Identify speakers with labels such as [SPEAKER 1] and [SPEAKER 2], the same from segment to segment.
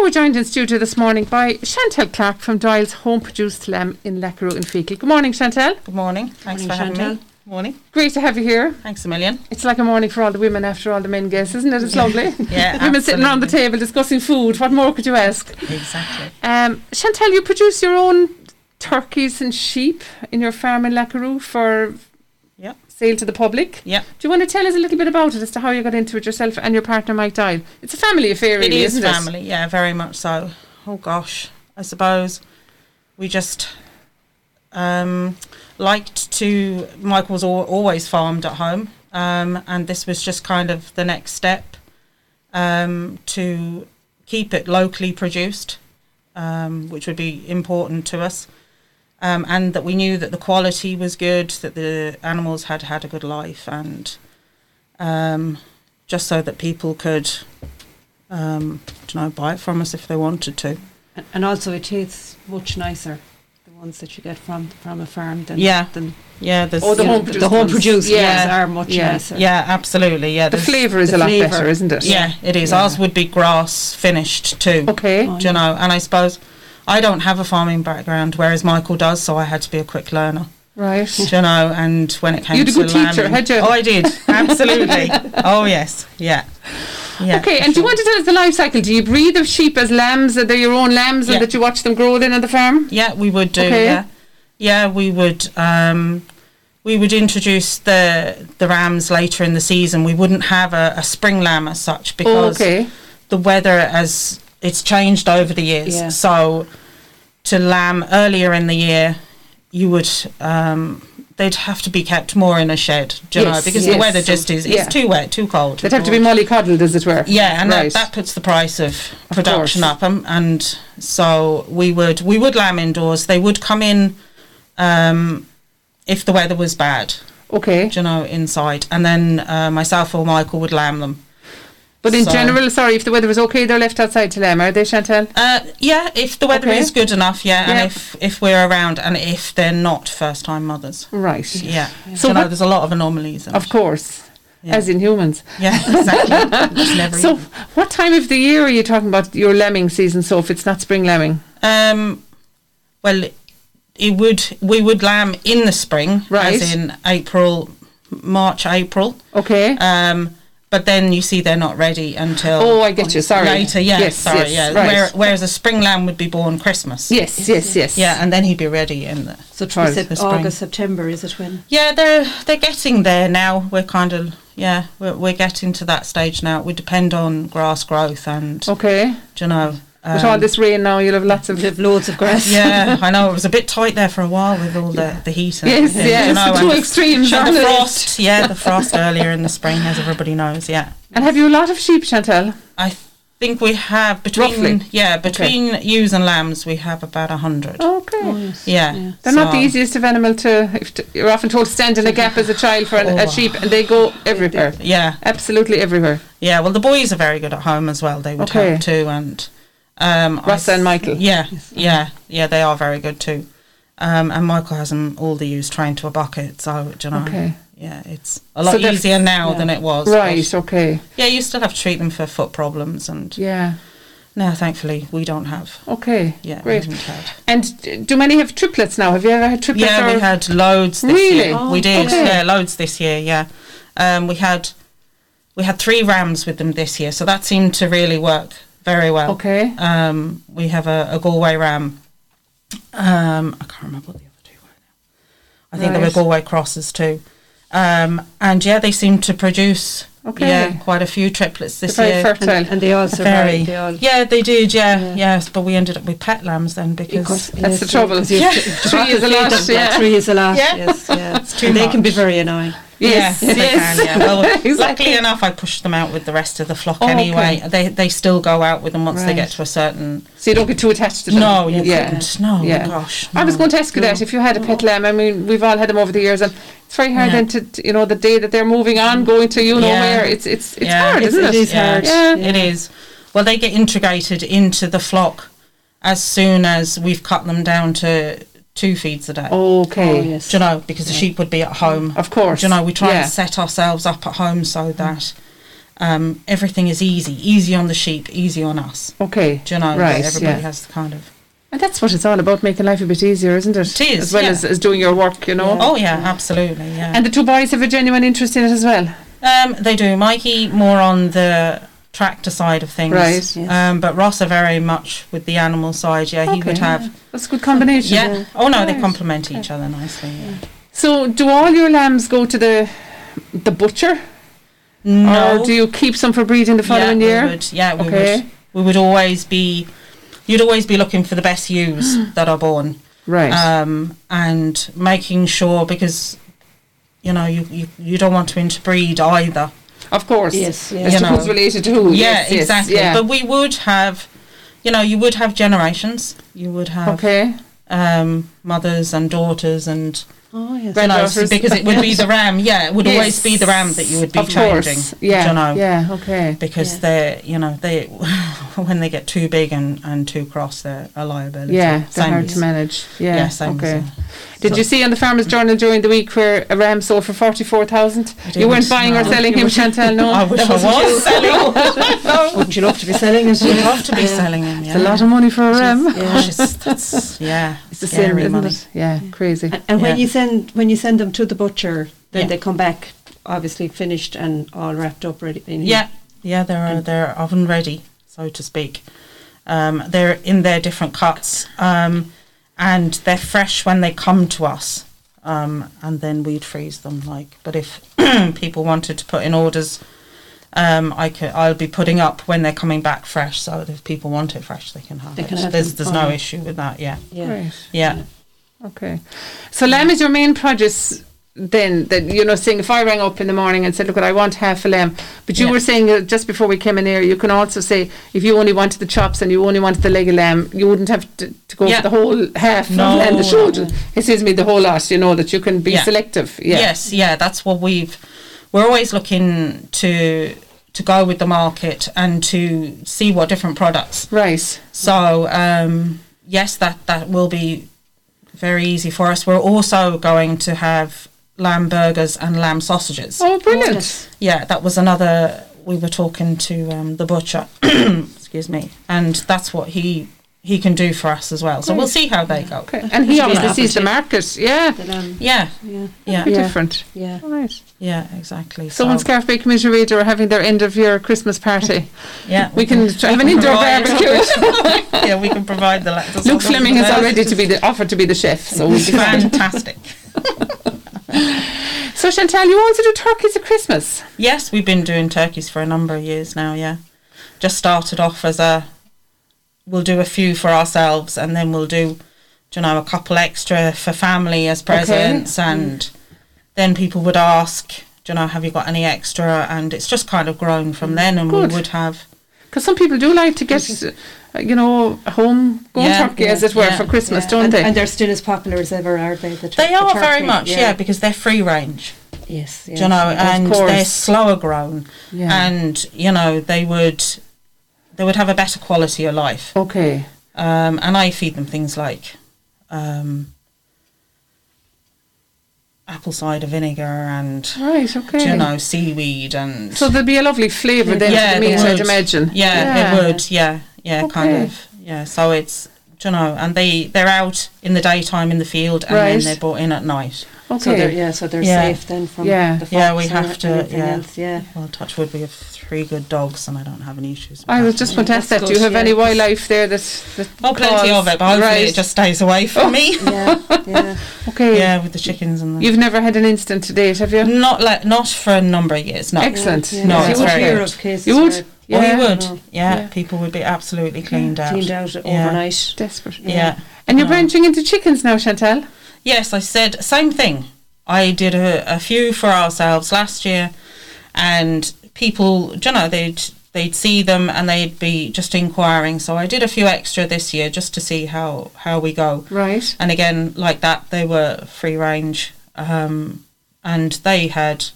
[SPEAKER 1] we're joined in studio this morning by Chantel Clark from Doyle's Home Produced Lamb in Leckeroo in Fecal. Good morning, Chantel.
[SPEAKER 2] Good morning. Thanks
[SPEAKER 1] Morning,
[SPEAKER 2] for having
[SPEAKER 1] Chantal.
[SPEAKER 2] me. Morning.
[SPEAKER 1] Great to have you here.
[SPEAKER 2] Thanks a million.
[SPEAKER 1] It's like a morning for all the women after all the men guess, isn't it? It's lovely.
[SPEAKER 2] Yeah,
[SPEAKER 1] women sitting around the
[SPEAKER 2] absolutely.
[SPEAKER 1] table discussing food. What more could you ask?
[SPEAKER 2] Exactly.
[SPEAKER 1] Um, Chantel, you produce your own turkeys and sheep in your farm in Lackaroo for
[SPEAKER 2] Yep.
[SPEAKER 1] sale to the public.
[SPEAKER 2] Yep.
[SPEAKER 1] Do you want to tell us a little bit about it as to how you got into it yourself and your partner Mike Dial? It's a family affair,
[SPEAKER 2] It
[SPEAKER 1] really,
[SPEAKER 2] is
[SPEAKER 1] not it?
[SPEAKER 2] family. Yeah, very much so. Oh gosh, I suppose we just um, liked to. Michael's al- always farmed at home, um, and this was just kind of the next step um, to keep it locally produced, um, which would be important to us. Um, and that we knew that the quality was good, that the animals had had a good life, and um, just so that people could um, do you know, buy it from us if they wanted to.
[SPEAKER 3] And, and also, it tastes much nicer the ones that you get from from a farm than
[SPEAKER 2] Yeah.
[SPEAKER 3] than
[SPEAKER 2] Yeah, there's
[SPEAKER 1] Or Oh, the
[SPEAKER 3] you
[SPEAKER 1] home
[SPEAKER 3] know,
[SPEAKER 1] produced
[SPEAKER 3] the home
[SPEAKER 1] ones.
[SPEAKER 3] produced
[SPEAKER 1] Yeah.
[SPEAKER 3] ones are much
[SPEAKER 1] Yeah.
[SPEAKER 3] nicer. Oh,
[SPEAKER 2] yeah, absolutely, yeah.
[SPEAKER 1] The
[SPEAKER 2] there's-
[SPEAKER 1] flavour is a
[SPEAKER 3] the
[SPEAKER 1] lot
[SPEAKER 3] flavour.
[SPEAKER 1] better, isn't it?
[SPEAKER 2] yeah, it is.
[SPEAKER 3] Yeah.
[SPEAKER 2] Ours would be grass finished too.
[SPEAKER 1] Okay.
[SPEAKER 3] Oh,
[SPEAKER 2] Do you know? And I suppose I don't have a farming background, whereas Michael does, so I had to be a quick learner. Do
[SPEAKER 1] Right.
[SPEAKER 2] you know? And when it came
[SPEAKER 1] You'd a
[SPEAKER 2] to
[SPEAKER 1] good teacher,
[SPEAKER 2] lambing-
[SPEAKER 1] had you?
[SPEAKER 2] Oh, I did. Absolutely. oh yes. Yeah. Yeah.
[SPEAKER 1] okay, and do you want to tell us the life cycle? Do you breed the sheep as lambs? Are they your own lambs
[SPEAKER 2] Yeah.
[SPEAKER 1] and that you watch them grow then at the farm?
[SPEAKER 2] Yeah, we would do.
[SPEAKER 1] Okay.
[SPEAKER 2] Yeah, yeah, we would. Um, we would introduce the the rams later in the season. We wouldn't have a, a spring lamb as such
[SPEAKER 1] Oh,
[SPEAKER 2] because
[SPEAKER 1] okay.
[SPEAKER 2] the weather has it's changed over the years.
[SPEAKER 3] Yeah.
[SPEAKER 2] So to lamb earlier in the year, you would um, they'd have to be kept more in a shed, do you
[SPEAKER 1] Yes,
[SPEAKER 2] know, because
[SPEAKER 1] yes.
[SPEAKER 2] the weather just is
[SPEAKER 1] Yeah.
[SPEAKER 2] it's too wet, too cold.
[SPEAKER 1] They'd have to be mollycoddled, as it were.
[SPEAKER 2] Yeah, and
[SPEAKER 1] right.
[SPEAKER 2] that, that puts the price of
[SPEAKER 1] Of
[SPEAKER 2] production
[SPEAKER 1] course.
[SPEAKER 2] up, um, and so we would we would lamb indoors. They would come in um, if the weather was bad,
[SPEAKER 1] okay.
[SPEAKER 2] do you know, inside, and then uh, myself or Michael would lamb them.
[SPEAKER 1] But in
[SPEAKER 2] So-
[SPEAKER 1] general, sorry, if the weather was okay, they're left outside to lamb, are they, Chantal?
[SPEAKER 2] Uh, yeah, if the weather
[SPEAKER 1] Okay.
[SPEAKER 2] is good enough, yeah,
[SPEAKER 1] Yeah.
[SPEAKER 2] and if if we're around, and if they're not first time mothers,
[SPEAKER 1] Right.
[SPEAKER 2] yeah.
[SPEAKER 1] So
[SPEAKER 2] So you know,
[SPEAKER 1] what-
[SPEAKER 2] there's a lot of anomalies. in
[SPEAKER 1] Of
[SPEAKER 2] it.
[SPEAKER 1] course.
[SPEAKER 2] Yeah.
[SPEAKER 1] As in humans.
[SPEAKER 2] Yeah, exactly. Just never
[SPEAKER 1] So,
[SPEAKER 2] even.
[SPEAKER 1] what time of the year are you talking about your lambing season? So, if it's not spring lambing,
[SPEAKER 2] Um, well, it would we would lamb in the spring,
[SPEAKER 1] Right.
[SPEAKER 2] As in April, March, April.
[SPEAKER 1] okay?
[SPEAKER 2] Um, but then you see they're not ready until
[SPEAKER 1] oh, I get you. Sorry.
[SPEAKER 2] later. Yeah,
[SPEAKER 1] Yes.
[SPEAKER 2] sorry.
[SPEAKER 1] yes,
[SPEAKER 2] yeah.
[SPEAKER 1] Right.
[SPEAKER 2] Where, whereas a spring lamb would be born Christmas.
[SPEAKER 1] yes. Yes. Yes.
[SPEAKER 2] Yeah, and then he'd be ready in the.
[SPEAKER 3] So
[SPEAKER 1] Try
[SPEAKER 3] is
[SPEAKER 1] it
[SPEAKER 2] for
[SPEAKER 3] it
[SPEAKER 2] spring.
[SPEAKER 3] August, September? Is it when?
[SPEAKER 2] Yeah, they're they're getting there now. We're kind of yeah, we're, we're getting to that stage now. We depend on grass growth and
[SPEAKER 1] Okay.
[SPEAKER 2] do you know.
[SPEAKER 1] With
[SPEAKER 2] um,
[SPEAKER 1] all this rain now, you'll have lots of.
[SPEAKER 3] We have loads of grass.
[SPEAKER 2] yeah, I know it was a bit tight there for a while with all the, the heat. And
[SPEAKER 1] Yes,
[SPEAKER 2] everything,
[SPEAKER 1] yes,
[SPEAKER 2] you know,
[SPEAKER 1] the
[SPEAKER 2] and
[SPEAKER 1] two extremes,
[SPEAKER 2] sure,
[SPEAKER 1] aren't
[SPEAKER 2] the
[SPEAKER 1] they?
[SPEAKER 2] frost, yeah, the frost earlier in the spring, as everybody knows. Yeah,
[SPEAKER 1] And have you a lot of sheep, Chantal?
[SPEAKER 2] I think we have between
[SPEAKER 1] Roughly.
[SPEAKER 2] yeah between ewes and lambs we have about a hundred.
[SPEAKER 1] Okay.
[SPEAKER 3] Oh, yes.
[SPEAKER 2] Yeah,
[SPEAKER 3] Yeah.
[SPEAKER 1] They're not the
[SPEAKER 2] Mm. so-
[SPEAKER 1] easiest of animal to, if to. You're often told to stand in a gap as a child for an, a
[SPEAKER 2] Oh.
[SPEAKER 1] sheep, and they go everywhere.
[SPEAKER 2] Yeah,
[SPEAKER 1] Absolutely everywhere.
[SPEAKER 2] yeah. Well, the boys are very good at home as well. They would
[SPEAKER 1] Okay.
[SPEAKER 2] help too, and um, I
[SPEAKER 1] Rasa and
[SPEAKER 2] th-
[SPEAKER 1] Michael.
[SPEAKER 2] Yeah,
[SPEAKER 3] Yes.
[SPEAKER 2] yeah, yeah. They are very good too. Um, and Michael has them all the ewes trained to a bucket, so do you know.
[SPEAKER 1] Okay.
[SPEAKER 2] Yeah, it's a lot
[SPEAKER 1] So they're-
[SPEAKER 2] easier now
[SPEAKER 3] yeah.
[SPEAKER 2] than it was. but-
[SPEAKER 1] Right. Okay.
[SPEAKER 2] Yeah, you still have to treat them for foot problems, and
[SPEAKER 1] Yeah.
[SPEAKER 2] now thankfully we don't have.
[SPEAKER 1] Okay.
[SPEAKER 2] Yeah, Mm-hmm.
[SPEAKER 1] Great.
[SPEAKER 2] we haven't had.
[SPEAKER 1] And d- do many have triplets now? Have you ever had triplets?
[SPEAKER 2] Yeah,
[SPEAKER 1] or
[SPEAKER 2] we had loads. This
[SPEAKER 1] Really?
[SPEAKER 2] Year.
[SPEAKER 3] Oh,
[SPEAKER 2] we did.
[SPEAKER 1] okay.
[SPEAKER 2] Yeah, loads this year. Yeah, um, we had we had three rams with them this year, so that seemed to really work very well.
[SPEAKER 1] Okay.
[SPEAKER 2] Um, we have a, a Galway ram. Um, I can't remember what the other two were now. I think there were
[SPEAKER 1] Right.
[SPEAKER 2] Galway crosses too. Um, and yeah, they seem to produce
[SPEAKER 1] Okay.
[SPEAKER 2] yeah quite a few triplets this
[SPEAKER 1] They're very
[SPEAKER 2] year.
[SPEAKER 1] fertile.
[SPEAKER 3] And, and they all survive.
[SPEAKER 2] Very.
[SPEAKER 3] They all.
[SPEAKER 2] Yeah, they did. Yeah,
[SPEAKER 3] Yeah.
[SPEAKER 2] yes. But we ended up with pet lambs then
[SPEAKER 3] Of
[SPEAKER 2] because
[SPEAKER 3] course,
[SPEAKER 1] That's the
[SPEAKER 3] yes,
[SPEAKER 1] trouble.
[SPEAKER 3] because you
[SPEAKER 1] Yeah.
[SPEAKER 3] have to-
[SPEAKER 1] Three is a lot,
[SPEAKER 3] them, yeah,
[SPEAKER 1] yeah.
[SPEAKER 3] Three is a lot.
[SPEAKER 2] Yeah.
[SPEAKER 3] Yes. Yeah.
[SPEAKER 2] too
[SPEAKER 3] And they can be
[SPEAKER 2] much.
[SPEAKER 3] very annoying.
[SPEAKER 1] Yes.
[SPEAKER 2] Yes,
[SPEAKER 1] Yes.
[SPEAKER 2] they can, yeah. Well,
[SPEAKER 1] Exactly.
[SPEAKER 2] Luckily enough, I pushed them out with the rest of the flock
[SPEAKER 1] Oh,
[SPEAKER 2] anyway.
[SPEAKER 1] okay.
[SPEAKER 2] They they still go out with them once they get
[SPEAKER 3] Right.
[SPEAKER 2] to a certain.
[SPEAKER 1] So you don't get too attached to them.
[SPEAKER 2] No, you
[SPEAKER 1] Yeah.
[SPEAKER 2] couldn't. No,
[SPEAKER 1] Yeah.
[SPEAKER 2] gosh.
[SPEAKER 1] I was
[SPEAKER 2] no.
[SPEAKER 1] going to ask you that if you had a pet lamb. I mean, we've all had them over the years, and it's very hard
[SPEAKER 2] Yeah.
[SPEAKER 1] then to to- you know the day that they're moving on, going to you know
[SPEAKER 2] Yeah.
[SPEAKER 1] where. It's it's it's
[SPEAKER 2] Yeah.
[SPEAKER 1] hard,
[SPEAKER 2] It's-
[SPEAKER 1] isn't it?
[SPEAKER 3] it is hard.
[SPEAKER 1] Yeah.
[SPEAKER 2] It is. Well, they get integrated into the flock as soon as we've cut them down to two feeds a day.
[SPEAKER 1] Okay.
[SPEAKER 3] Oh, yes.
[SPEAKER 2] Do you know? Because the sheep would be at home.
[SPEAKER 1] Of course.
[SPEAKER 2] Do you know? We try
[SPEAKER 1] yeah.
[SPEAKER 2] and set ourselves up at home so that um, everything is easy, easy on the sheep, easy on us.
[SPEAKER 1] Okay.
[SPEAKER 2] Do you know?
[SPEAKER 1] Right,
[SPEAKER 2] Everybody
[SPEAKER 1] yeah.
[SPEAKER 2] has kind of.
[SPEAKER 1] And that's what it's all about, making life a bit easier, isn't it?
[SPEAKER 2] It is,
[SPEAKER 1] As well
[SPEAKER 2] yeah.
[SPEAKER 1] as, as doing your work, you know.
[SPEAKER 2] Oh yeah, absolutely. Yeah.
[SPEAKER 1] And the two boys have a genuine interest in it as well.
[SPEAKER 2] Um, they do. Mikey more on the tractor side of things,
[SPEAKER 1] Right.
[SPEAKER 3] Yes.
[SPEAKER 2] Um, but Ross are very much with the animal side. Yeah, he
[SPEAKER 1] Okay.
[SPEAKER 2] would have.
[SPEAKER 1] That's a good combination.
[SPEAKER 2] Yeah.
[SPEAKER 3] Yeah.
[SPEAKER 2] Oh no, they
[SPEAKER 1] Right.
[SPEAKER 2] complement each other nicely. Yeah.
[SPEAKER 1] So, do all your lambs go to the the butcher,
[SPEAKER 2] No.
[SPEAKER 1] or do you keep some for breeding the following
[SPEAKER 2] yeah,
[SPEAKER 1] year?
[SPEAKER 2] We would, yeah, we
[SPEAKER 1] Okay.
[SPEAKER 2] would. We would always be. You'd always be looking for the best ewes that are born,
[SPEAKER 1] Right.
[SPEAKER 2] um, and making sure because, you know, you, you you don't want to interbreed either.
[SPEAKER 1] of course. As
[SPEAKER 3] Yes, yes.
[SPEAKER 2] You
[SPEAKER 1] to
[SPEAKER 2] know.
[SPEAKER 1] who's related to who.
[SPEAKER 2] yeah,
[SPEAKER 1] yes, yes,
[SPEAKER 2] exactly.
[SPEAKER 1] yeah.
[SPEAKER 2] But we would have, you know, you would have generations. You would have
[SPEAKER 1] okay.
[SPEAKER 2] um, mothers and daughters and
[SPEAKER 3] Oh, yes.
[SPEAKER 1] Right.
[SPEAKER 2] you know,
[SPEAKER 1] Granddaughters.
[SPEAKER 2] because it would be the ram. Yeah, it would always be the ram that you would be
[SPEAKER 1] of
[SPEAKER 2] changing.
[SPEAKER 1] Course. Yeah.
[SPEAKER 2] you know,
[SPEAKER 1] Yeah. Okay.
[SPEAKER 2] because
[SPEAKER 3] Yeah.
[SPEAKER 2] they're you know they when they get too big and, and too cross, they're a liability.
[SPEAKER 1] Yeah, they're
[SPEAKER 2] same
[SPEAKER 1] hard
[SPEAKER 2] as-
[SPEAKER 1] to manage. Yeah.
[SPEAKER 2] Yeah, same
[SPEAKER 1] okay.
[SPEAKER 2] as
[SPEAKER 1] Did you see on the Farmers Journal during the week where a ram sold for forty four thousand?
[SPEAKER 2] I
[SPEAKER 1] You weren't
[SPEAKER 2] didn't,
[SPEAKER 1] buying or
[SPEAKER 2] no.
[SPEAKER 1] selling him, Chantal? No. Oh.
[SPEAKER 2] I wish I
[SPEAKER 1] That
[SPEAKER 2] was
[SPEAKER 1] wasn't you.
[SPEAKER 2] selling. no.
[SPEAKER 3] Wouldn't you love to be selling it?
[SPEAKER 2] We'd love to be
[SPEAKER 3] Yeah.
[SPEAKER 2] selling him. Yeah.
[SPEAKER 1] It's a lot of money for a ram.
[SPEAKER 2] Gosh, it's, that's, yeah,
[SPEAKER 1] It's the same,
[SPEAKER 2] scary
[SPEAKER 1] isn't
[SPEAKER 2] money.
[SPEAKER 1] it? Yeah, crazy.
[SPEAKER 3] And, and when
[SPEAKER 2] Yeah.
[SPEAKER 3] you send when you send them to the butcher, then
[SPEAKER 2] Yeah.
[SPEAKER 3] they come back obviously finished and all wrapped up ready. In
[SPEAKER 2] Yeah, yeah, they're uh, they're oven ready, so to speak. Um, they're in their different cuts, um, and they're fresh when they come to us. Um, and then we'd freeze them. Like, but if people wanted to put in orders, um, I could. I'll be putting up when they're coming back fresh. So that if people want it fresh, they can have
[SPEAKER 3] They
[SPEAKER 2] it.
[SPEAKER 3] can have
[SPEAKER 2] there's
[SPEAKER 3] them.
[SPEAKER 2] there's no
[SPEAKER 3] Oh.
[SPEAKER 2] issue with that. Yeah,
[SPEAKER 3] yeah.
[SPEAKER 1] Great.
[SPEAKER 2] yeah.
[SPEAKER 1] Okay. So lamb is your main produce then that you know saying if I rang up in the morning and said look I want half a lamb but you
[SPEAKER 2] Yeah.
[SPEAKER 1] were saying uh, just before we came in here you can also say if you only wanted the chops and you only wanted the leg of lamb you wouldn't have to, to go
[SPEAKER 2] Yeah.
[SPEAKER 1] for the whole half
[SPEAKER 2] No.
[SPEAKER 1] and the shoulder excuse me the whole lot you know that you can be
[SPEAKER 2] Yeah.
[SPEAKER 1] selective yeah
[SPEAKER 2] Yes, yeah, that's what we've. We're always looking to to go with the market and to see what different products
[SPEAKER 1] right
[SPEAKER 2] So um, yes, that that will be very easy for us. We're also going to have lamb burgers and lamb sausages.
[SPEAKER 1] oh brilliant
[SPEAKER 3] Yes.
[SPEAKER 2] Yeah, that was another. We were talking to um, the butcher. excuse me, and that's what he he can do for us as well. So we'll
[SPEAKER 1] Great.
[SPEAKER 2] see how they go.
[SPEAKER 1] okay and he
[SPEAKER 3] Should be an
[SPEAKER 1] obviously sees the
[SPEAKER 3] appetite.
[SPEAKER 1] market yeah
[SPEAKER 3] The lamb.
[SPEAKER 2] Yeah,
[SPEAKER 3] um,
[SPEAKER 2] yeah,
[SPEAKER 3] Yeah.
[SPEAKER 1] Very
[SPEAKER 2] yeah,
[SPEAKER 3] Yeah.
[SPEAKER 1] different
[SPEAKER 3] Yeah.
[SPEAKER 1] all right
[SPEAKER 2] exactly.
[SPEAKER 1] so
[SPEAKER 2] so,
[SPEAKER 1] Scarf Bay Community Radio are having their end of year Christmas party
[SPEAKER 2] yeah,
[SPEAKER 1] we can try- have an indoor
[SPEAKER 2] provide-
[SPEAKER 1] barbecue
[SPEAKER 2] yeah, we can provide the. la- the
[SPEAKER 1] Luke
[SPEAKER 2] sausages
[SPEAKER 1] Fleming has
[SPEAKER 2] there.
[SPEAKER 1] already to be the, offered to be the chef, so we'll be fine.
[SPEAKER 2] Fantastic.
[SPEAKER 1] So Chantal, you also do turkeys at Christmas.
[SPEAKER 2] Yes, we've been doing turkeys for a number of years now, yeah. Just started off as a we'll do a few for ourselves and then we'll do do you know a couple extra for family as presents
[SPEAKER 1] Mm.
[SPEAKER 2] and then people would ask, do you know, have you got any extra? And it's just kind of grown from then and
[SPEAKER 1] Mm. Good.
[SPEAKER 2] we would have
[SPEAKER 1] Because some people do like to get, uh, you know, a home grown
[SPEAKER 2] Yeah,
[SPEAKER 1] turkey
[SPEAKER 3] yeah,
[SPEAKER 1] as it were
[SPEAKER 2] yeah,
[SPEAKER 1] for Christmas,
[SPEAKER 3] Yeah.
[SPEAKER 1] don't
[SPEAKER 3] and,
[SPEAKER 1] they?
[SPEAKER 3] And they're still as popular as ever, are they? The tur-
[SPEAKER 2] they
[SPEAKER 3] the
[SPEAKER 2] are very
[SPEAKER 3] turkey?
[SPEAKER 2] much, yeah. uh, because they're free range,
[SPEAKER 3] Yes.
[SPEAKER 2] do you know, and they're
[SPEAKER 1] course.
[SPEAKER 2] slower grown,
[SPEAKER 1] yeah.
[SPEAKER 2] and you know they would, they would have a better quality of life.
[SPEAKER 1] okay.
[SPEAKER 2] Um, and I feed them things like um, apple cider vinegar and
[SPEAKER 1] Right. Okay.
[SPEAKER 2] do you know seaweed and
[SPEAKER 1] So there'll be a lovely flavour then
[SPEAKER 2] Yeah,
[SPEAKER 1] for the
[SPEAKER 2] they
[SPEAKER 1] meat, I'd
[SPEAKER 2] would.
[SPEAKER 1] imagine.
[SPEAKER 2] yeah,
[SPEAKER 1] Yeah.
[SPEAKER 2] it would yeah yeah kind
[SPEAKER 1] Okay.
[SPEAKER 2] of yeah so it's do you know and they they're out in the daytime in the field and
[SPEAKER 1] Right.
[SPEAKER 2] then they're brought in at night.
[SPEAKER 1] Okay.
[SPEAKER 3] So they're yeah, so they're
[SPEAKER 2] Yeah.
[SPEAKER 3] safe then from
[SPEAKER 1] Yeah.
[SPEAKER 3] the
[SPEAKER 2] Yeah, we
[SPEAKER 3] fox
[SPEAKER 2] have
[SPEAKER 3] and
[SPEAKER 2] to-
[SPEAKER 3] everything
[SPEAKER 2] yeah.
[SPEAKER 3] Else. yeah.
[SPEAKER 2] Well, touch wood, we have three good dogs and I don't have any issues. With
[SPEAKER 1] I was
[SPEAKER 2] that.
[SPEAKER 1] just going to ask
[SPEAKER 3] That's
[SPEAKER 1] that. Do you
[SPEAKER 3] good,
[SPEAKER 1] have any
[SPEAKER 3] yeah, 'cause-
[SPEAKER 1] wildlife there that? that
[SPEAKER 2] oh plenty
[SPEAKER 1] calls?
[SPEAKER 2] of it, but hopefully
[SPEAKER 1] right.
[SPEAKER 2] it just stays away from me.
[SPEAKER 3] Yeah. Yeah.
[SPEAKER 1] okay.
[SPEAKER 2] Yeah, with the chickens and the
[SPEAKER 1] You've never had an incident to date, have you?
[SPEAKER 2] not like not for a number of years. No,
[SPEAKER 1] Excellent.
[SPEAKER 3] Yeah.
[SPEAKER 2] No,
[SPEAKER 3] you
[SPEAKER 2] it's
[SPEAKER 3] would
[SPEAKER 2] very
[SPEAKER 3] hear
[SPEAKER 2] good.
[SPEAKER 3] of cases
[SPEAKER 1] You would?
[SPEAKER 3] where
[SPEAKER 2] Oh,
[SPEAKER 1] Yeah.
[SPEAKER 2] we would.
[SPEAKER 3] No.
[SPEAKER 2] Yeah,
[SPEAKER 1] Yeah.
[SPEAKER 2] people would be absolutely cleaned out.
[SPEAKER 3] cleaned out
[SPEAKER 2] Yeah.
[SPEAKER 3] overnight.
[SPEAKER 1] Desperate.
[SPEAKER 2] Yeah.
[SPEAKER 1] And you're
[SPEAKER 2] No.
[SPEAKER 1] branching into chickens now, Chantal.
[SPEAKER 2] Yes, I said same thing. I did a, a few for ourselves last year, and people, do you know, they'd they'd see them and they'd be just inquiring. So I did a few extra this year just to see how how we go.
[SPEAKER 1] Right.
[SPEAKER 2] And again, like that, they were free range, um, and they had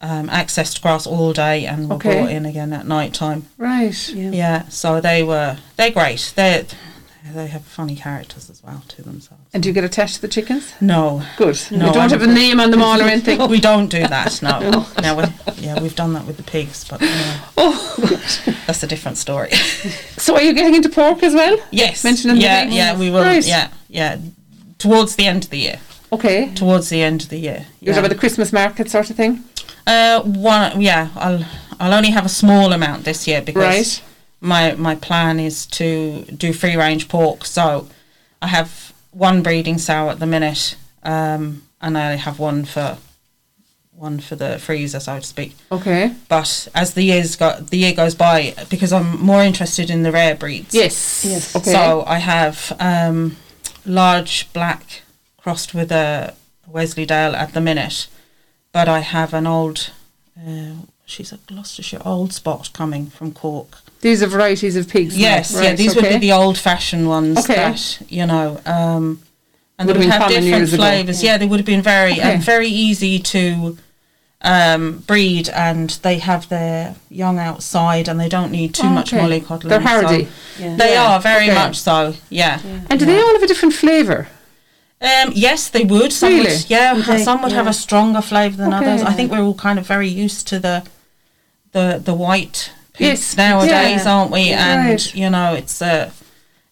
[SPEAKER 2] um, access to grass all day and were
[SPEAKER 1] Okay.
[SPEAKER 2] brought in again at night time.
[SPEAKER 1] Right.
[SPEAKER 3] Yeah.
[SPEAKER 2] Yeah, so they were they're great. They're they have funny characters as well to themselves.
[SPEAKER 1] And do you get attached to the chickens?
[SPEAKER 2] No,
[SPEAKER 1] Good.
[SPEAKER 2] No,
[SPEAKER 1] you don't
[SPEAKER 2] I'm
[SPEAKER 1] have a name on them all or anything.
[SPEAKER 2] we don't do that. No, no, we, yeah, we've done that with the pigs, but you know,
[SPEAKER 1] Oh,
[SPEAKER 2] that's a different story.
[SPEAKER 1] so are you getting into pork as well?
[SPEAKER 2] yes,
[SPEAKER 1] Mentioning the
[SPEAKER 2] yeah,
[SPEAKER 1] big
[SPEAKER 2] yeah,
[SPEAKER 1] ones.
[SPEAKER 2] we will.
[SPEAKER 1] Right.
[SPEAKER 2] Yeah, yeah, towards the end of the year.
[SPEAKER 1] Okay.
[SPEAKER 2] Towards the end of the year.
[SPEAKER 1] You're
[SPEAKER 2] yeah.
[SPEAKER 1] talking about the Christmas market sort of thing,
[SPEAKER 2] Uh, one, yeah, I'll I'll only have a small amount this year because
[SPEAKER 1] right?
[SPEAKER 2] my my plan is to do free range pork. So I have one breeding sow at the minute, um, and I only have one for one for the freezer, so to speak.
[SPEAKER 1] Okay.
[SPEAKER 2] But as the years go, the year goes by, because I'm more interested in the rare breeds.
[SPEAKER 1] Yes.
[SPEAKER 3] Yes.
[SPEAKER 1] Okay.
[SPEAKER 2] So I have um, large black crossed with a Wesleydale at the minute, but I have an old, uh, she's a Gloucestershire old spot coming from Cork.
[SPEAKER 1] these are varieties of pigs. now,
[SPEAKER 2] Yes, yeah,
[SPEAKER 1] right,
[SPEAKER 2] these
[SPEAKER 1] okay.
[SPEAKER 2] would be the old-fashioned ones
[SPEAKER 1] Okay.
[SPEAKER 2] that you know, um, and
[SPEAKER 1] Would have been
[SPEAKER 2] they would have
[SPEAKER 1] common
[SPEAKER 2] different
[SPEAKER 1] years ago.
[SPEAKER 2] flavors. Yeah, they would have been very
[SPEAKER 1] Okay.
[SPEAKER 2] and very easy to um, breed, and they have their young outside, and they don't need too
[SPEAKER 1] Oh,
[SPEAKER 2] much
[SPEAKER 1] okay.
[SPEAKER 2] mollycoddling.
[SPEAKER 1] They're hardy.
[SPEAKER 2] So
[SPEAKER 3] Yeah.
[SPEAKER 2] they
[SPEAKER 1] Yeah,
[SPEAKER 2] are very
[SPEAKER 1] okay.
[SPEAKER 2] much so. Yeah.
[SPEAKER 3] Yeah.
[SPEAKER 1] and do they all have a different flavour?
[SPEAKER 2] Um, yes, they would. Some
[SPEAKER 1] Really?
[SPEAKER 2] would, yeah,
[SPEAKER 3] Would
[SPEAKER 2] ha-
[SPEAKER 3] they?
[SPEAKER 2] some would have
[SPEAKER 3] Yeah.
[SPEAKER 2] a stronger flavour than
[SPEAKER 1] Okay.
[SPEAKER 2] others. I think we're all kind of very used to the the the white pigs
[SPEAKER 1] Yes,
[SPEAKER 2] nowadays,
[SPEAKER 3] yeah.
[SPEAKER 2] aren't we? And
[SPEAKER 1] Right.
[SPEAKER 2] you know, it's a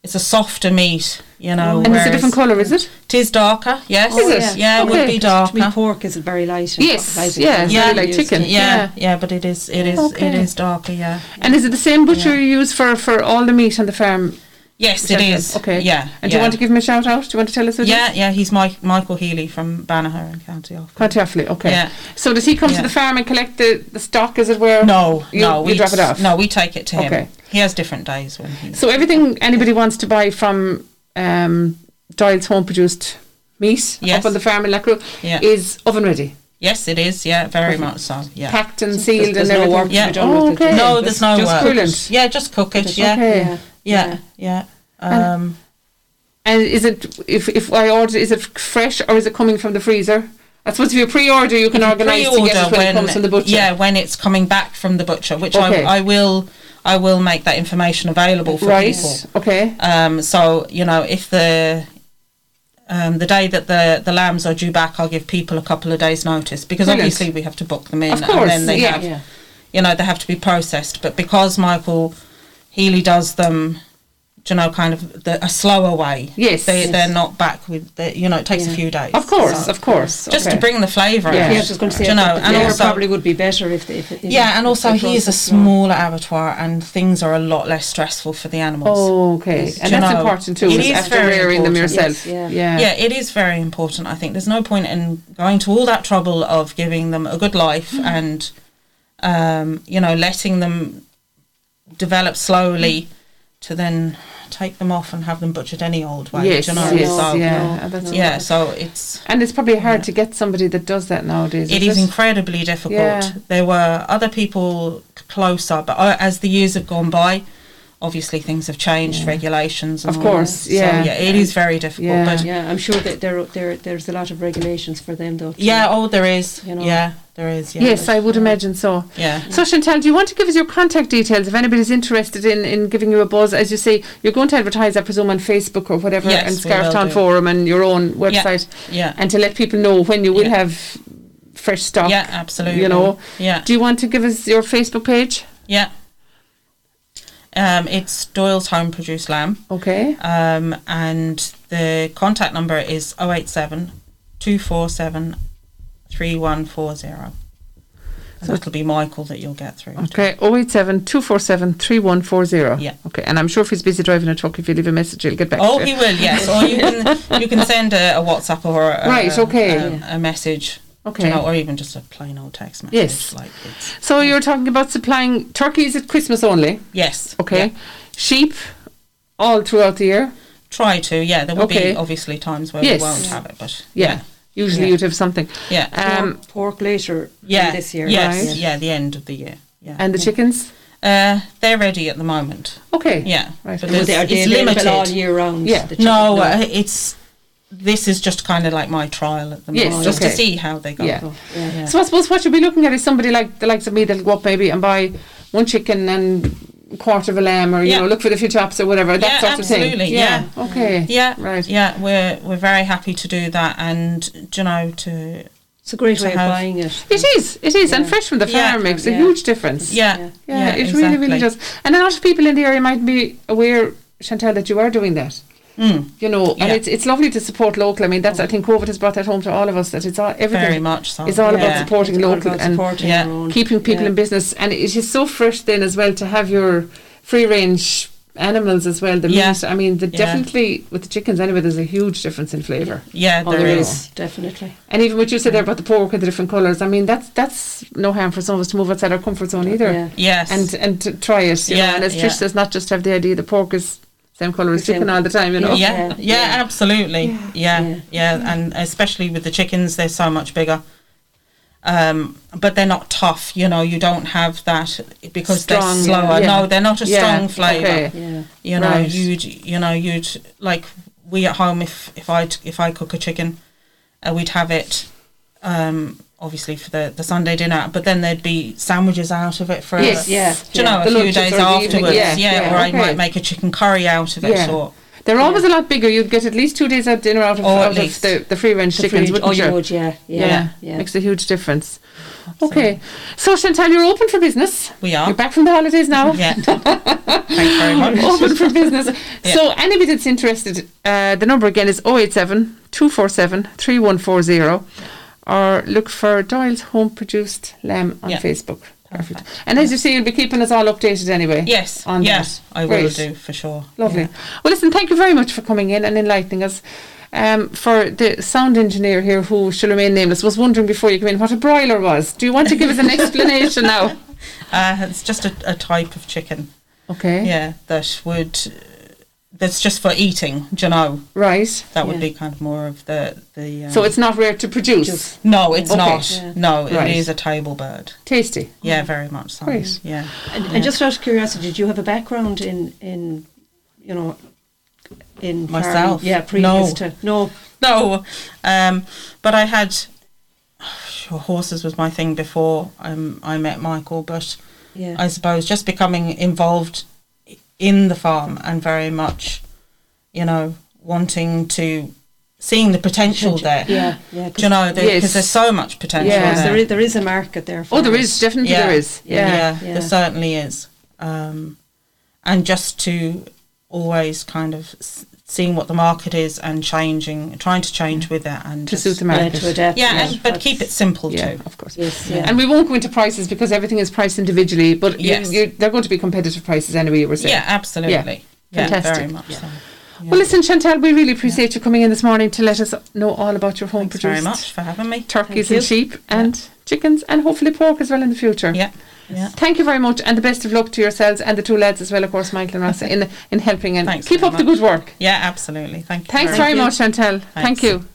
[SPEAKER 2] it's a softer meat. You know,
[SPEAKER 1] And it's a
[SPEAKER 2] whereas
[SPEAKER 1] different colour, is it?
[SPEAKER 2] It is darker. Yes,
[SPEAKER 1] Is it?
[SPEAKER 2] Yeah, it
[SPEAKER 1] Okay.
[SPEAKER 2] would be
[SPEAKER 3] To me,
[SPEAKER 2] darker.
[SPEAKER 3] pork is very light. and
[SPEAKER 1] Yes,
[SPEAKER 3] light
[SPEAKER 1] yeah, it's
[SPEAKER 2] very
[SPEAKER 3] and
[SPEAKER 1] like
[SPEAKER 3] used
[SPEAKER 1] chicken.
[SPEAKER 3] to-
[SPEAKER 2] Yeah,
[SPEAKER 1] Yeah.
[SPEAKER 2] yeah, but it is it is it
[SPEAKER 1] Okay.
[SPEAKER 2] is darker. Yeah.
[SPEAKER 1] And is it the same butcher you use for, for all the meat on the farm?
[SPEAKER 2] Yes,
[SPEAKER 1] Which
[SPEAKER 2] it
[SPEAKER 1] I-
[SPEAKER 2] is.
[SPEAKER 1] Okay.
[SPEAKER 2] Yeah.
[SPEAKER 1] And do
[SPEAKER 2] yeah.
[SPEAKER 1] you want to give him a shout out? Do you want to tell us who it is?
[SPEAKER 2] Yeah, yeah. He's Mike Michael Healy from Banagher in County Offaly.
[SPEAKER 1] Quite carefully, okay.
[SPEAKER 2] Yeah.
[SPEAKER 1] So does he come
[SPEAKER 2] Yeah.
[SPEAKER 1] to the farm and collect the, the stock, as it were?
[SPEAKER 2] No,
[SPEAKER 1] You-
[SPEAKER 2] no,
[SPEAKER 1] you
[SPEAKER 2] we
[SPEAKER 1] drop it off?
[SPEAKER 2] No, we take it to him.
[SPEAKER 1] Okay.
[SPEAKER 2] He has different days when he.
[SPEAKER 1] So everything anybody wants to buy from um, Doyle's home produced meat
[SPEAKER 2] Yes.
[SPEAKER 1] up on the farm in Lacroix
[SPEAKER 2] Yeah.
[SPEAKER 1] is oven ready,
[SPEAKER 2] yes, it is. Yeah, very much so. Yeah.
[SPEAKER 1] packed and
[SPEAKER 3] there's-
[SPEAKER 1] sealed, and
[SPEAKER 3] there's no
[SPEAKER 1] everything.
[SPEAKER 3] work to be
[SPEAKER 2] Yeah.
[SPEAKER 3] done
[SPEAKER 1] Oh,
[SPEAKER 3] with it.
[SPEAKER 1] okay.
[SPEAKER 2] no, there's no
[SPEAKER 1] Just
[SPEAKER 2] work.
[SPEAKER 1] coolant.
[SPEAKER 2] Yeah, just cook it. Yeah,
[SPEAKER 1] Okay.
[SPEAKER 3] Yeah.
[SPEAKER 2] yeah, yeah.
[SPEAKER 1] And-
[SPEAKER 2] Um,
[SPEAKER 1] And is it if if I order is it fresh or is it coming from the freezer? I suppose if you pre-order, you can organise to get it when, it comes from the butcher.
[SPEAKER 2] yeah, when it's coming back from the butcher, which
[SPEAKER 1] Okay.
[SPEAKER 2] I, I will, I will make that information available for
[SPEAKER 1] right.
[SPEAKER 2] people.
[SPEAKER 1] Okay.
[SPEAKER 2] Um, so you know, if the um, the day that the the lambs are due back, I'll give people a couple of days' notice because
[SPEAKER 1] Brilliant.
[SPEAKER 2] obviously we have to book them in,
[SPEAKER 1] Of course,
[SPEAKER 2] and then they
[SPEAKER 1] yeah.
[SPEAKER 2] have
[SPEAKER 3] Yeah.
[SPEAKER 2] you know they have to be processed. But because Michael Healy does them, you know, kind of the, a slower way.
[SPEAKER 1] Yes.
[SPEAKER 2] they
[SPEAKER 1] Yes.
[SPEAKER 2] they're not back with the, you know it takes
[SPEAKER 3] Yeah.
[SPEAKER 2] a few days.
[SPEAKER 1] Of course.
[SPEAKER 2] So,
[SPEAKER 1] of course.
[SPEAKER 2] just
[SPEAKER 1] okay.
[SPEAKER 2] to bring the flavour.
[SPEAKER 1] Yeah.
[SPEAKER 2] out,
[SPEAKER 3] Yeah, I was just going to say,
[SPEAKER 2] you know, and
[SPEAKER 3] the order
[SPEAKER 2] also
[SPEAKER 3] probably would be better if they. If, it- if
[SPEAKER 2] yeah, and
[SPEAKER 3] it-
[SPEAKER 2] also
[SPEAKER 3] if
[SPEAKER 2] he is a
[SPEAKER 3] processed long.
[SPEAKER 2] smaller abattoir, and things are a lot less stressful for the animals.
[SPEAKER 1] Oh, okay.
[SPEAKER 2] Do
[SPEAKER 1] And
[SPEAKER 2] you
[SPEAKER 1] that's
[SPEAKER 2] know,
[SPEAKER 1] important too.
[SPEAKER 2] it
[SPEAKER 1] is
[SPEAKER 2] is
[SPEAKER 1] after
[SPEAKER 2] very
[SPEAKER 1] rearing them
[SPEAKER 2] important,
[SPEAKER 1] yourself.
[SPEAKER 3] yes,
[SPEAKER 1] yeah.
[SPEAKER 2] yeah, it is very important. I think there's no point in going to all that trouble of giving them a good life
[SPEAKER 1] Hmm.
[SPEAKER 2] and, um, you know, letting them develop slowly
[SPEAKER 1] Hmm.
[SPEAKER 2] to then take them off and have them butchered any old way.
[SPEAKER 1] Yes.
[SPEAKER 2] do you know?
[SPEAKER 1] yes.
[SPEAKER 2] so,
[SPEAKER 1] yeah.
[SPEAKER 3] No,
[SPEAKER 1] and that's-
[SPEAKER 2] yeah, So it's
[SPEAKER 1] And it's probably hard
[SPEAKER 2] Yeah.
[SPEAKER 1] to get somebody that does that nowadays.
[SPEAKER 2] it is incredibly difficult.
[SPEAKER 1] Yeah.
[SPEAKER 2] There were other people c- closer, but uh, as the years have gone by, obviously things have changed,
[SPEAKER 1] Yeah.
[SPEAKER 2] regulations. And
[SPEAKER 1] Of
[SPEAKER 2] all
[SPEAKER 1] course,
[SPEAKER 2] that.
[SPEAKER 1] yeah.
[SPEAKER 2] So, yeah, it is very difficult.
[SPEAKER 1] Yeah.
[SPEAKER 2] But
[SPEAKER 3] Yeah, I'm sure that there, there there's a lot of regulations for them though. too.
[SPEAKER 2] yeah, oh, there is.
[SPEAKER 3] You know.
[SPEAKER 2] Yeah, there is. Yeah,
[SPEAKER 1] yes, I would imagine so.
[SPEAKER 2] yeah.
[SPEAKER 1] So Chantal, do you want to give us your contact details if anybody's interested in, in giving you a buzz? As you say, you're going to advertise, I presume, on Facebook or whatever,
[SPEAKER 2] Yes,
[SPEAKER 1] and
[SPEAKER 2] we will
[SPEAKER 1] Scarftown
[SPEAKER 2] do.
[SPEAKER 1] Forum and your own website,
[SPEAKER 2] Yeah.
[SPEAKER 1] and to let people know when you will
[SPEAKER 2] Yeah.
[SPEAKER 1] have fresh stock.
[SPEAKER 2] Yeah, absolutely.
[SPEAKER 1] You know,
[SPEAKER 2] Yeah.
[SPEAKER 1] do you want to give us your Facebook page?
[SPEAKER 2] Yeah. Um, it's Doyle's home produced lamb.
[SPEAKER 1] Okay,
[SPEAKER 2] Um, and the contact number is 087 247 3140. So it'll be Michael that you'll get through. to.
[SPEAKER 1] okay, 087 247 3140.
[SPEAKER 2] Yeah.
[SPEAKER 1] Okay, and I'm sure if he's busy driving a truck, if you leave a message, he'll get back
[SPEAKER 2] Oh,
[SPEAKER 1] to
[SPEAKER 2] he
[SPEAKER 1] you.
[SPEAKER 2] will, yes. Or you can you can send a, a WhatsApp or a,
[SPEAKER 1] Right,
[SPEAKER 2] a,
[SPEAKER 1] okay.
[SPEAKER 2] a, a message, do
[SPEAKER 1] Okay.
[SPEAKER 2] you know, or even just a plain old text message.
[SPEAKER 1] Yes.
[SPEAKER 2] Like it's,
[SPEAKER 1] So you're talking about supplying turkeys at Christmas only,
[SPEAKER 2] yes.
[SPEAKER 1] okay?
[SPEAKER 2] yeah.
[SPEAKER 1] Sheep all throughout the year.
[SPEAKER 2] Try to, yeah. There will
[SPEAKER 1] Okay.
[SPEAKER 2] be obviously times where
[SPEAKER 1] Yes.
[SPEAKER 2] we won't have it, but
[SPEAKER 1] Yeah. Usually
[SPEAKER 2] Yeah.
[SPEAKER 1] you'd have something.
[SPEAKER 2] Yeah.
[SPEAKER 3] Pork-
[SPEAKER 1] Um,
[SPEAKER 3] pork later.
[SPEAKER 2] yeah,
[SPEAKER 3] than this year.
[SPEAKER 2] Yes,
[SPEAKER 1] right?
[SPEAKER 2] yeah, the end of the year. Yeah,
[SPEAKER 1] And the chickens?
[SPEAKER 2] uh, they're ready at the moment.
[SPEAKER 1] Okay.
[SPEAKER 2] Yeah,
[SPEAKER 1] Right. Well,
[SPEAKER 2] but
[SPEAKER 3] Well,
[SPEAKER 2] there's-
[SPEAKER 3] they, are they
[SPEAKER 2] it's
[SPEAKER 3] available
[SPEAKER 2] limited.
[SPEAKER 3] all year round?
[SPEAKER 1] Yeah.
[SPEAKER 3] the chicken?
[SPEAKER 2] No, uh, it's this is just kind of like my trial at the
[SPEAKER 1] Yes,
[SPEAKER 2] moment, just
[SPEAKER 1] okay.
[SPEAKER 2] to see how they go.
[SPEAKER 1] Yeah.
[SPEAKER 3] Oh, yeah.
[SPEAKER 2] Yeah.
[SPEAKER 1] So I suppose what you'll be looking at is somebody like the likes of me that'll go up maybe and buy one chicken and quarter of a lamb or you
[SPEAKER 2] Yeah.
[SPEAKER 1] know look for the few tops or whatever that
[SPEAKER 2] Yeah,
[SPEAKER 1] sort of
[SPEAKER 2] absolutely,
[SPEAKER 1] thing
[SPEAKER 2] yeah. Mm-hmm.
[SPEAKER 1] okay
[SPEAKER 2] Yeah,
[SPEAKER 1] Right.
[SPEAKER 2] Yeah, we're we're very happy to do that, and you know to
[SPEAKER 3] It's a great
[SPEAKER 2] To
[SPEAKER 3] way of
[SPEAKER 2] have-
[SPEAKER 3] buying it.
[SPEAKER 1] it is it is and
[SPEAKER 3] Yeah.
[SPEAKER 1] fresh from the
[SPEAKER 2] Yeah.
[SPEAKER 1] farm makes a
[SPEAKER 3] Yeah.
[SPEAKER 1] huge difference
[SPEAKER 2] yeah
[SPEAKER 3] Yeah.
[SPEAKER 1] yeah, it really really
[SPEAKER 2] exactly.
[SPEAKER 1] does and a lot of people in the area might be aware Chantal that you are doing that
[SPEAKER 2] Mm,
[SPEAKER 1] you know and
[SPEAKER 2] Yeah. Oh.
[SPEAKER 1] it's it's lovely to support local I mean that's I think COVID has brought that home to all of us that it's all
[SPEAKER 2] very
[SPEAKER 1] everything
[SPEAKER 2] much so.
[SPEAKER 1] is all about
[SPEAKER 2] yeah.
[SPEAKER 1] supporting
[SPEAKER 3] It's all
[SPEAKER 1] local
[SPEAKER 3] about
[SPEAKER 1] and
[SPEAKER 3] supporting
[SPEAKER 2] Yeah.
[SPEAKER 3] our own.
[SPEAKER 1] keeping people
[SPEAKER 3] Yeah.
[SPEAKER 1] in business and it is so fresh then as well to have your free range animals as well the
[SPEAKER 2] Yeah.
[SPEAKER 1] meat I mean the
[SPEAKER 2] Yeah.
[SPEAKER 1] definitely with the chickens anyway there's a huge difference in flavour
[SPEAKER 2] Yeah,
[SPEAKER 3] Oh,
[SPEAKER 2] there
[SPEAKER 1] there
[SPEAKER 2] is.
[SPEAKER 1] is.
[SPEAKER 3] definitely.
[SPEAKER 1] and even what you said there about the pork and the different colours I mean that's that's no harm for some of us to move outside our comfort zone either
[SPEAKER 3] Yeah.
[SPEAKER 2] Yes,
[SPEAKER 1] and and to try it you
[SPEAKER 2] Yeah,
[SPEAKER 1] know and as
[SPEAKER 2] yeah.
[SPEAKER 1] Trish says not just have the idea the pork is same colour as
[SPEAKER 3] The same-
[SPEAKER 1] chicken all the time you know
[SPEAKER 3] Yeah.
[SPEAKER 2] yeah, yeah, absolutely.
[SPEAKER 1] Yeah.
[SPEAKER 2] Yeah. Yeah.
[SPEAKER 3] Yeah.
[SPEAKER 2] and especially with the chickens, they're so much bigger. Um, but they're not tough, you know. You don't have that because
[SPEAKER 1] Strong,
[SPEAKER 2] they're slower.
[SPEAKER 1] yeah.
[SPEAKER 2] No, they're not a
[SPEAKER 1] Yeah,
[SPEAKER 2] strong flavour.
[SPEAKER 1] okay.
[SPEAKER 3] Yeah.
[SPEAKER 2] You know,
[SPEAKER 1] Right.
[SPEAKER 2] you'd you know you'd like we at home if if I if I cook a chicken, uh, we'd have it. Um, obviously for the, the Sunday dinner, but then there'd be sandwiches out of it for
[SPEAKER 1] Yes.
[SPEAKER 2] us.
[SPEAKER 3] Yeah.
[SPEAKER 2] Do you know,
[SPEAKER 1] The
[SPEAKER 2] a few
[SPEAKER 1] lunches
[SPEAKER 2] days
[SPEAKER 1] or the evening,
[SPEAKER 2] afterwards,
[SPEAKER 1] yeah,
[SPEAKER 2] yeah,
[SPEAKER 1] yeah,
[SPEAKER 2] or I
[SPEAKER 1] okay.
[SPEAKER 2] might make a chicken curry out of it,
[SPEAKER 1] Yeah.
[SPEAKER 2] or
[SPEAKER 1] they're always a lot bigger you'd get at least two days out dinner out of,
[SPEAKER 2] Oh, at
[SPEAKER 1] out of
[SPEAKER 2] least.
[SPEAKER 1] the, the free range
[SPEAKER 3] The
[SPEAKER 1] chickens
[SPEAKER 3] food-
[SPEAKER 1] wouldn't
[SPEAKER 3] oh, you
[SPEAKER 1] you?
[SPEAKER 3] would, yeah. Yeah.
[SPEAKER 1] yeah,
[SPEAKER 3] yeah.
[SPEAKER 1] makes a huge difference. Okay, so Chantal, you're open for business.
[SPEAKER 2] we are.
[SPEAKER 1] You're back from the holidays now.
[SPEAKER 2] Yeah. Thank you very much.
[SPEAKER 1] open for business.
[SPEAKER 2] Yeah.
[SPEAKER 1] So anybody that's interested, uh, the number again is 087 247 3140 or look for Doyle's Home Produced Lamb on
[SPEAKER 2] Yeah.
[SPEAKER 1] Facebook. Perfect. And as you see, you'll be keeping us all updated anyway.
[SPEAKER 2] Yes.
[SPEAKER 1] On
[SPEAKER 2] yes,
[SPEAKER 1] that.
[SPEAKER 2] I will
[SPEAKER 1] Great.
[SPEAKER 2] do for sure.
[SPEAKER 1] Lovely.
[SPEAKER 2] Yeah.
[SPEAKER 1] Well, listen, thank you very much for coming in and enlightening us. Um, for the sound engineer here, who shall remain nameless, was wondering before you came in what a broiler was. Do you want to give us an explanation now?
[SPEAKER 2] Uh, it's just a, a type of chicken.
[SPEAKER 1] Okay.
[SPEAKER 2] Yeah, that would. That's just for eating. Do you know?
[SPEAKER 1] Right.
[SPEAKER 2] That would
[SPEAKER 3] Yeah.
[SPEAKER 2] be kind of more of the the. Um,
[SPEAKER 1] So it's not rare to produce.
[SPEAKER 3] Just-
[SPEAKER 2] no, it's
[SPEAKER 1] Okay.
[SPEAKER 2] not.
[SPEAKER 3] Yeah.
[SPEAKER 2] No, it is
[SPEAKER 1] Right.
[SPEAKER 2] a table bird.
[SPEAKER 1] Tasty.
[SPEAKER 2] Yeah, very much so.
[SPEAKER 1] Great.
[SPEAKER 2] Yeah.
[SPEAKER 3] And,
[SPEAKER 2] Yeah.
[SPEAKER 3] and just out of curiosity, did you have a background in in you know in farming?
[SPEAKER 2] Myself?
[SPEAKER 3] Yeah,
[SPEAKER 2] No.
[SPEAKER 3] previous to no.
[SPEAKER 2] no. Um, but I had sure, horses was my thing before um, I met Michael, but
[SPEAKER 3] Yeah.
[SPEAKER 2] I suppose just becoming involved i- in the farm and very much, you know, wanting to seeing the potential there.
[SPEAKER 3] Yeah, yeah. 'cause
[SPEAKER 2] Do you know? Because
[SPEAKER 1] Yes.
[SPEAKER 2] there's so much potential.
[SPEAKER 1] Yeah.
[SPEAKER 3] there
[SPEAKER 2] there.
[SPEAKER 3] is, there is a market there. For
[SPEAKER 1] Oh, there
[SPEAKER 3] it.
[SPEAKER 1] is definitely
[SPEAKER 2] Yeah.
[SPEAKER 1] there is.
[SPEAKER 2] Yeah,
[SPEAKER 1] Yeah.
[SPEAKER 3] Yeah.
[SPEAKER 2] there certainly is. Um, and just to always kind of s- seeing what the market is and changing, trying to change with it, and
[SPEAKER 1] To
[SPEAKER 2] just-
[SPEAKER 1] suit the
[SPEAKER 3] Yeah,
[SPEAKER 1] market.
[SPEAKER 3] to adapt.
[SPEAKER 2] yeah, and, but keep it
[SPEAKER 3] that's-
[SPEAKER 2] simple
[SPEAKER 1] Yeah,
[SPEAKER 2] too.
[SPEAKER 1] of course.
[SPEAKER 3] Yes, yeah.
[SPEAKER 1] And we won't go into prices because everything is priced individually. But you-
[SPEAKER 2] Yes.
[SPEAKER 1] you, they're going to be competitive prices anyway. You were saying.
[SPEAKER 2] Yeah, absolutely. Yeah, very
[SPEAKER 1] Fantastic.
[SPEAKER 2] much so.
[SPEAKER 1] Well, listen, Chantal, we really appreciate you coming in this morning to let us know all about your home
[SPEAKER 2] Thanks very
[SPEAKER 1] produced
[SPEAKER 2] much for having me.
[SPEAKER 1] turkeys
[SPEAKER 3] Thank you.
[SPEAKER 1] and sheep and chickens and hopefully pork as well in the future.
[SPEAKER 2] Yeah, yeah.
[SPEAKER 1] Thank you very much, and the best of luck to yourselves and the two lads as well, of course, Michael and Rasa, in in helping and
[SPEAKER 2] Thanks
[SPEAKER 1] keep
[SPEAKER 2] very
[SPEAKER 1] up the
[SPEAKER 2] much.
[SPEAKER 1] good work.
[SPEAKER 2] Yeah, absolutely. Thank you.
[SPEAKER 1] Thanks
[SPEAKER 2] very
[SPEAKER 1] very
[SPEAKER 3] you.
[SPEAKER 1] much, Chantal. Thank
[SPEAKER 2] Thanks.
[SPEAKER 1] you.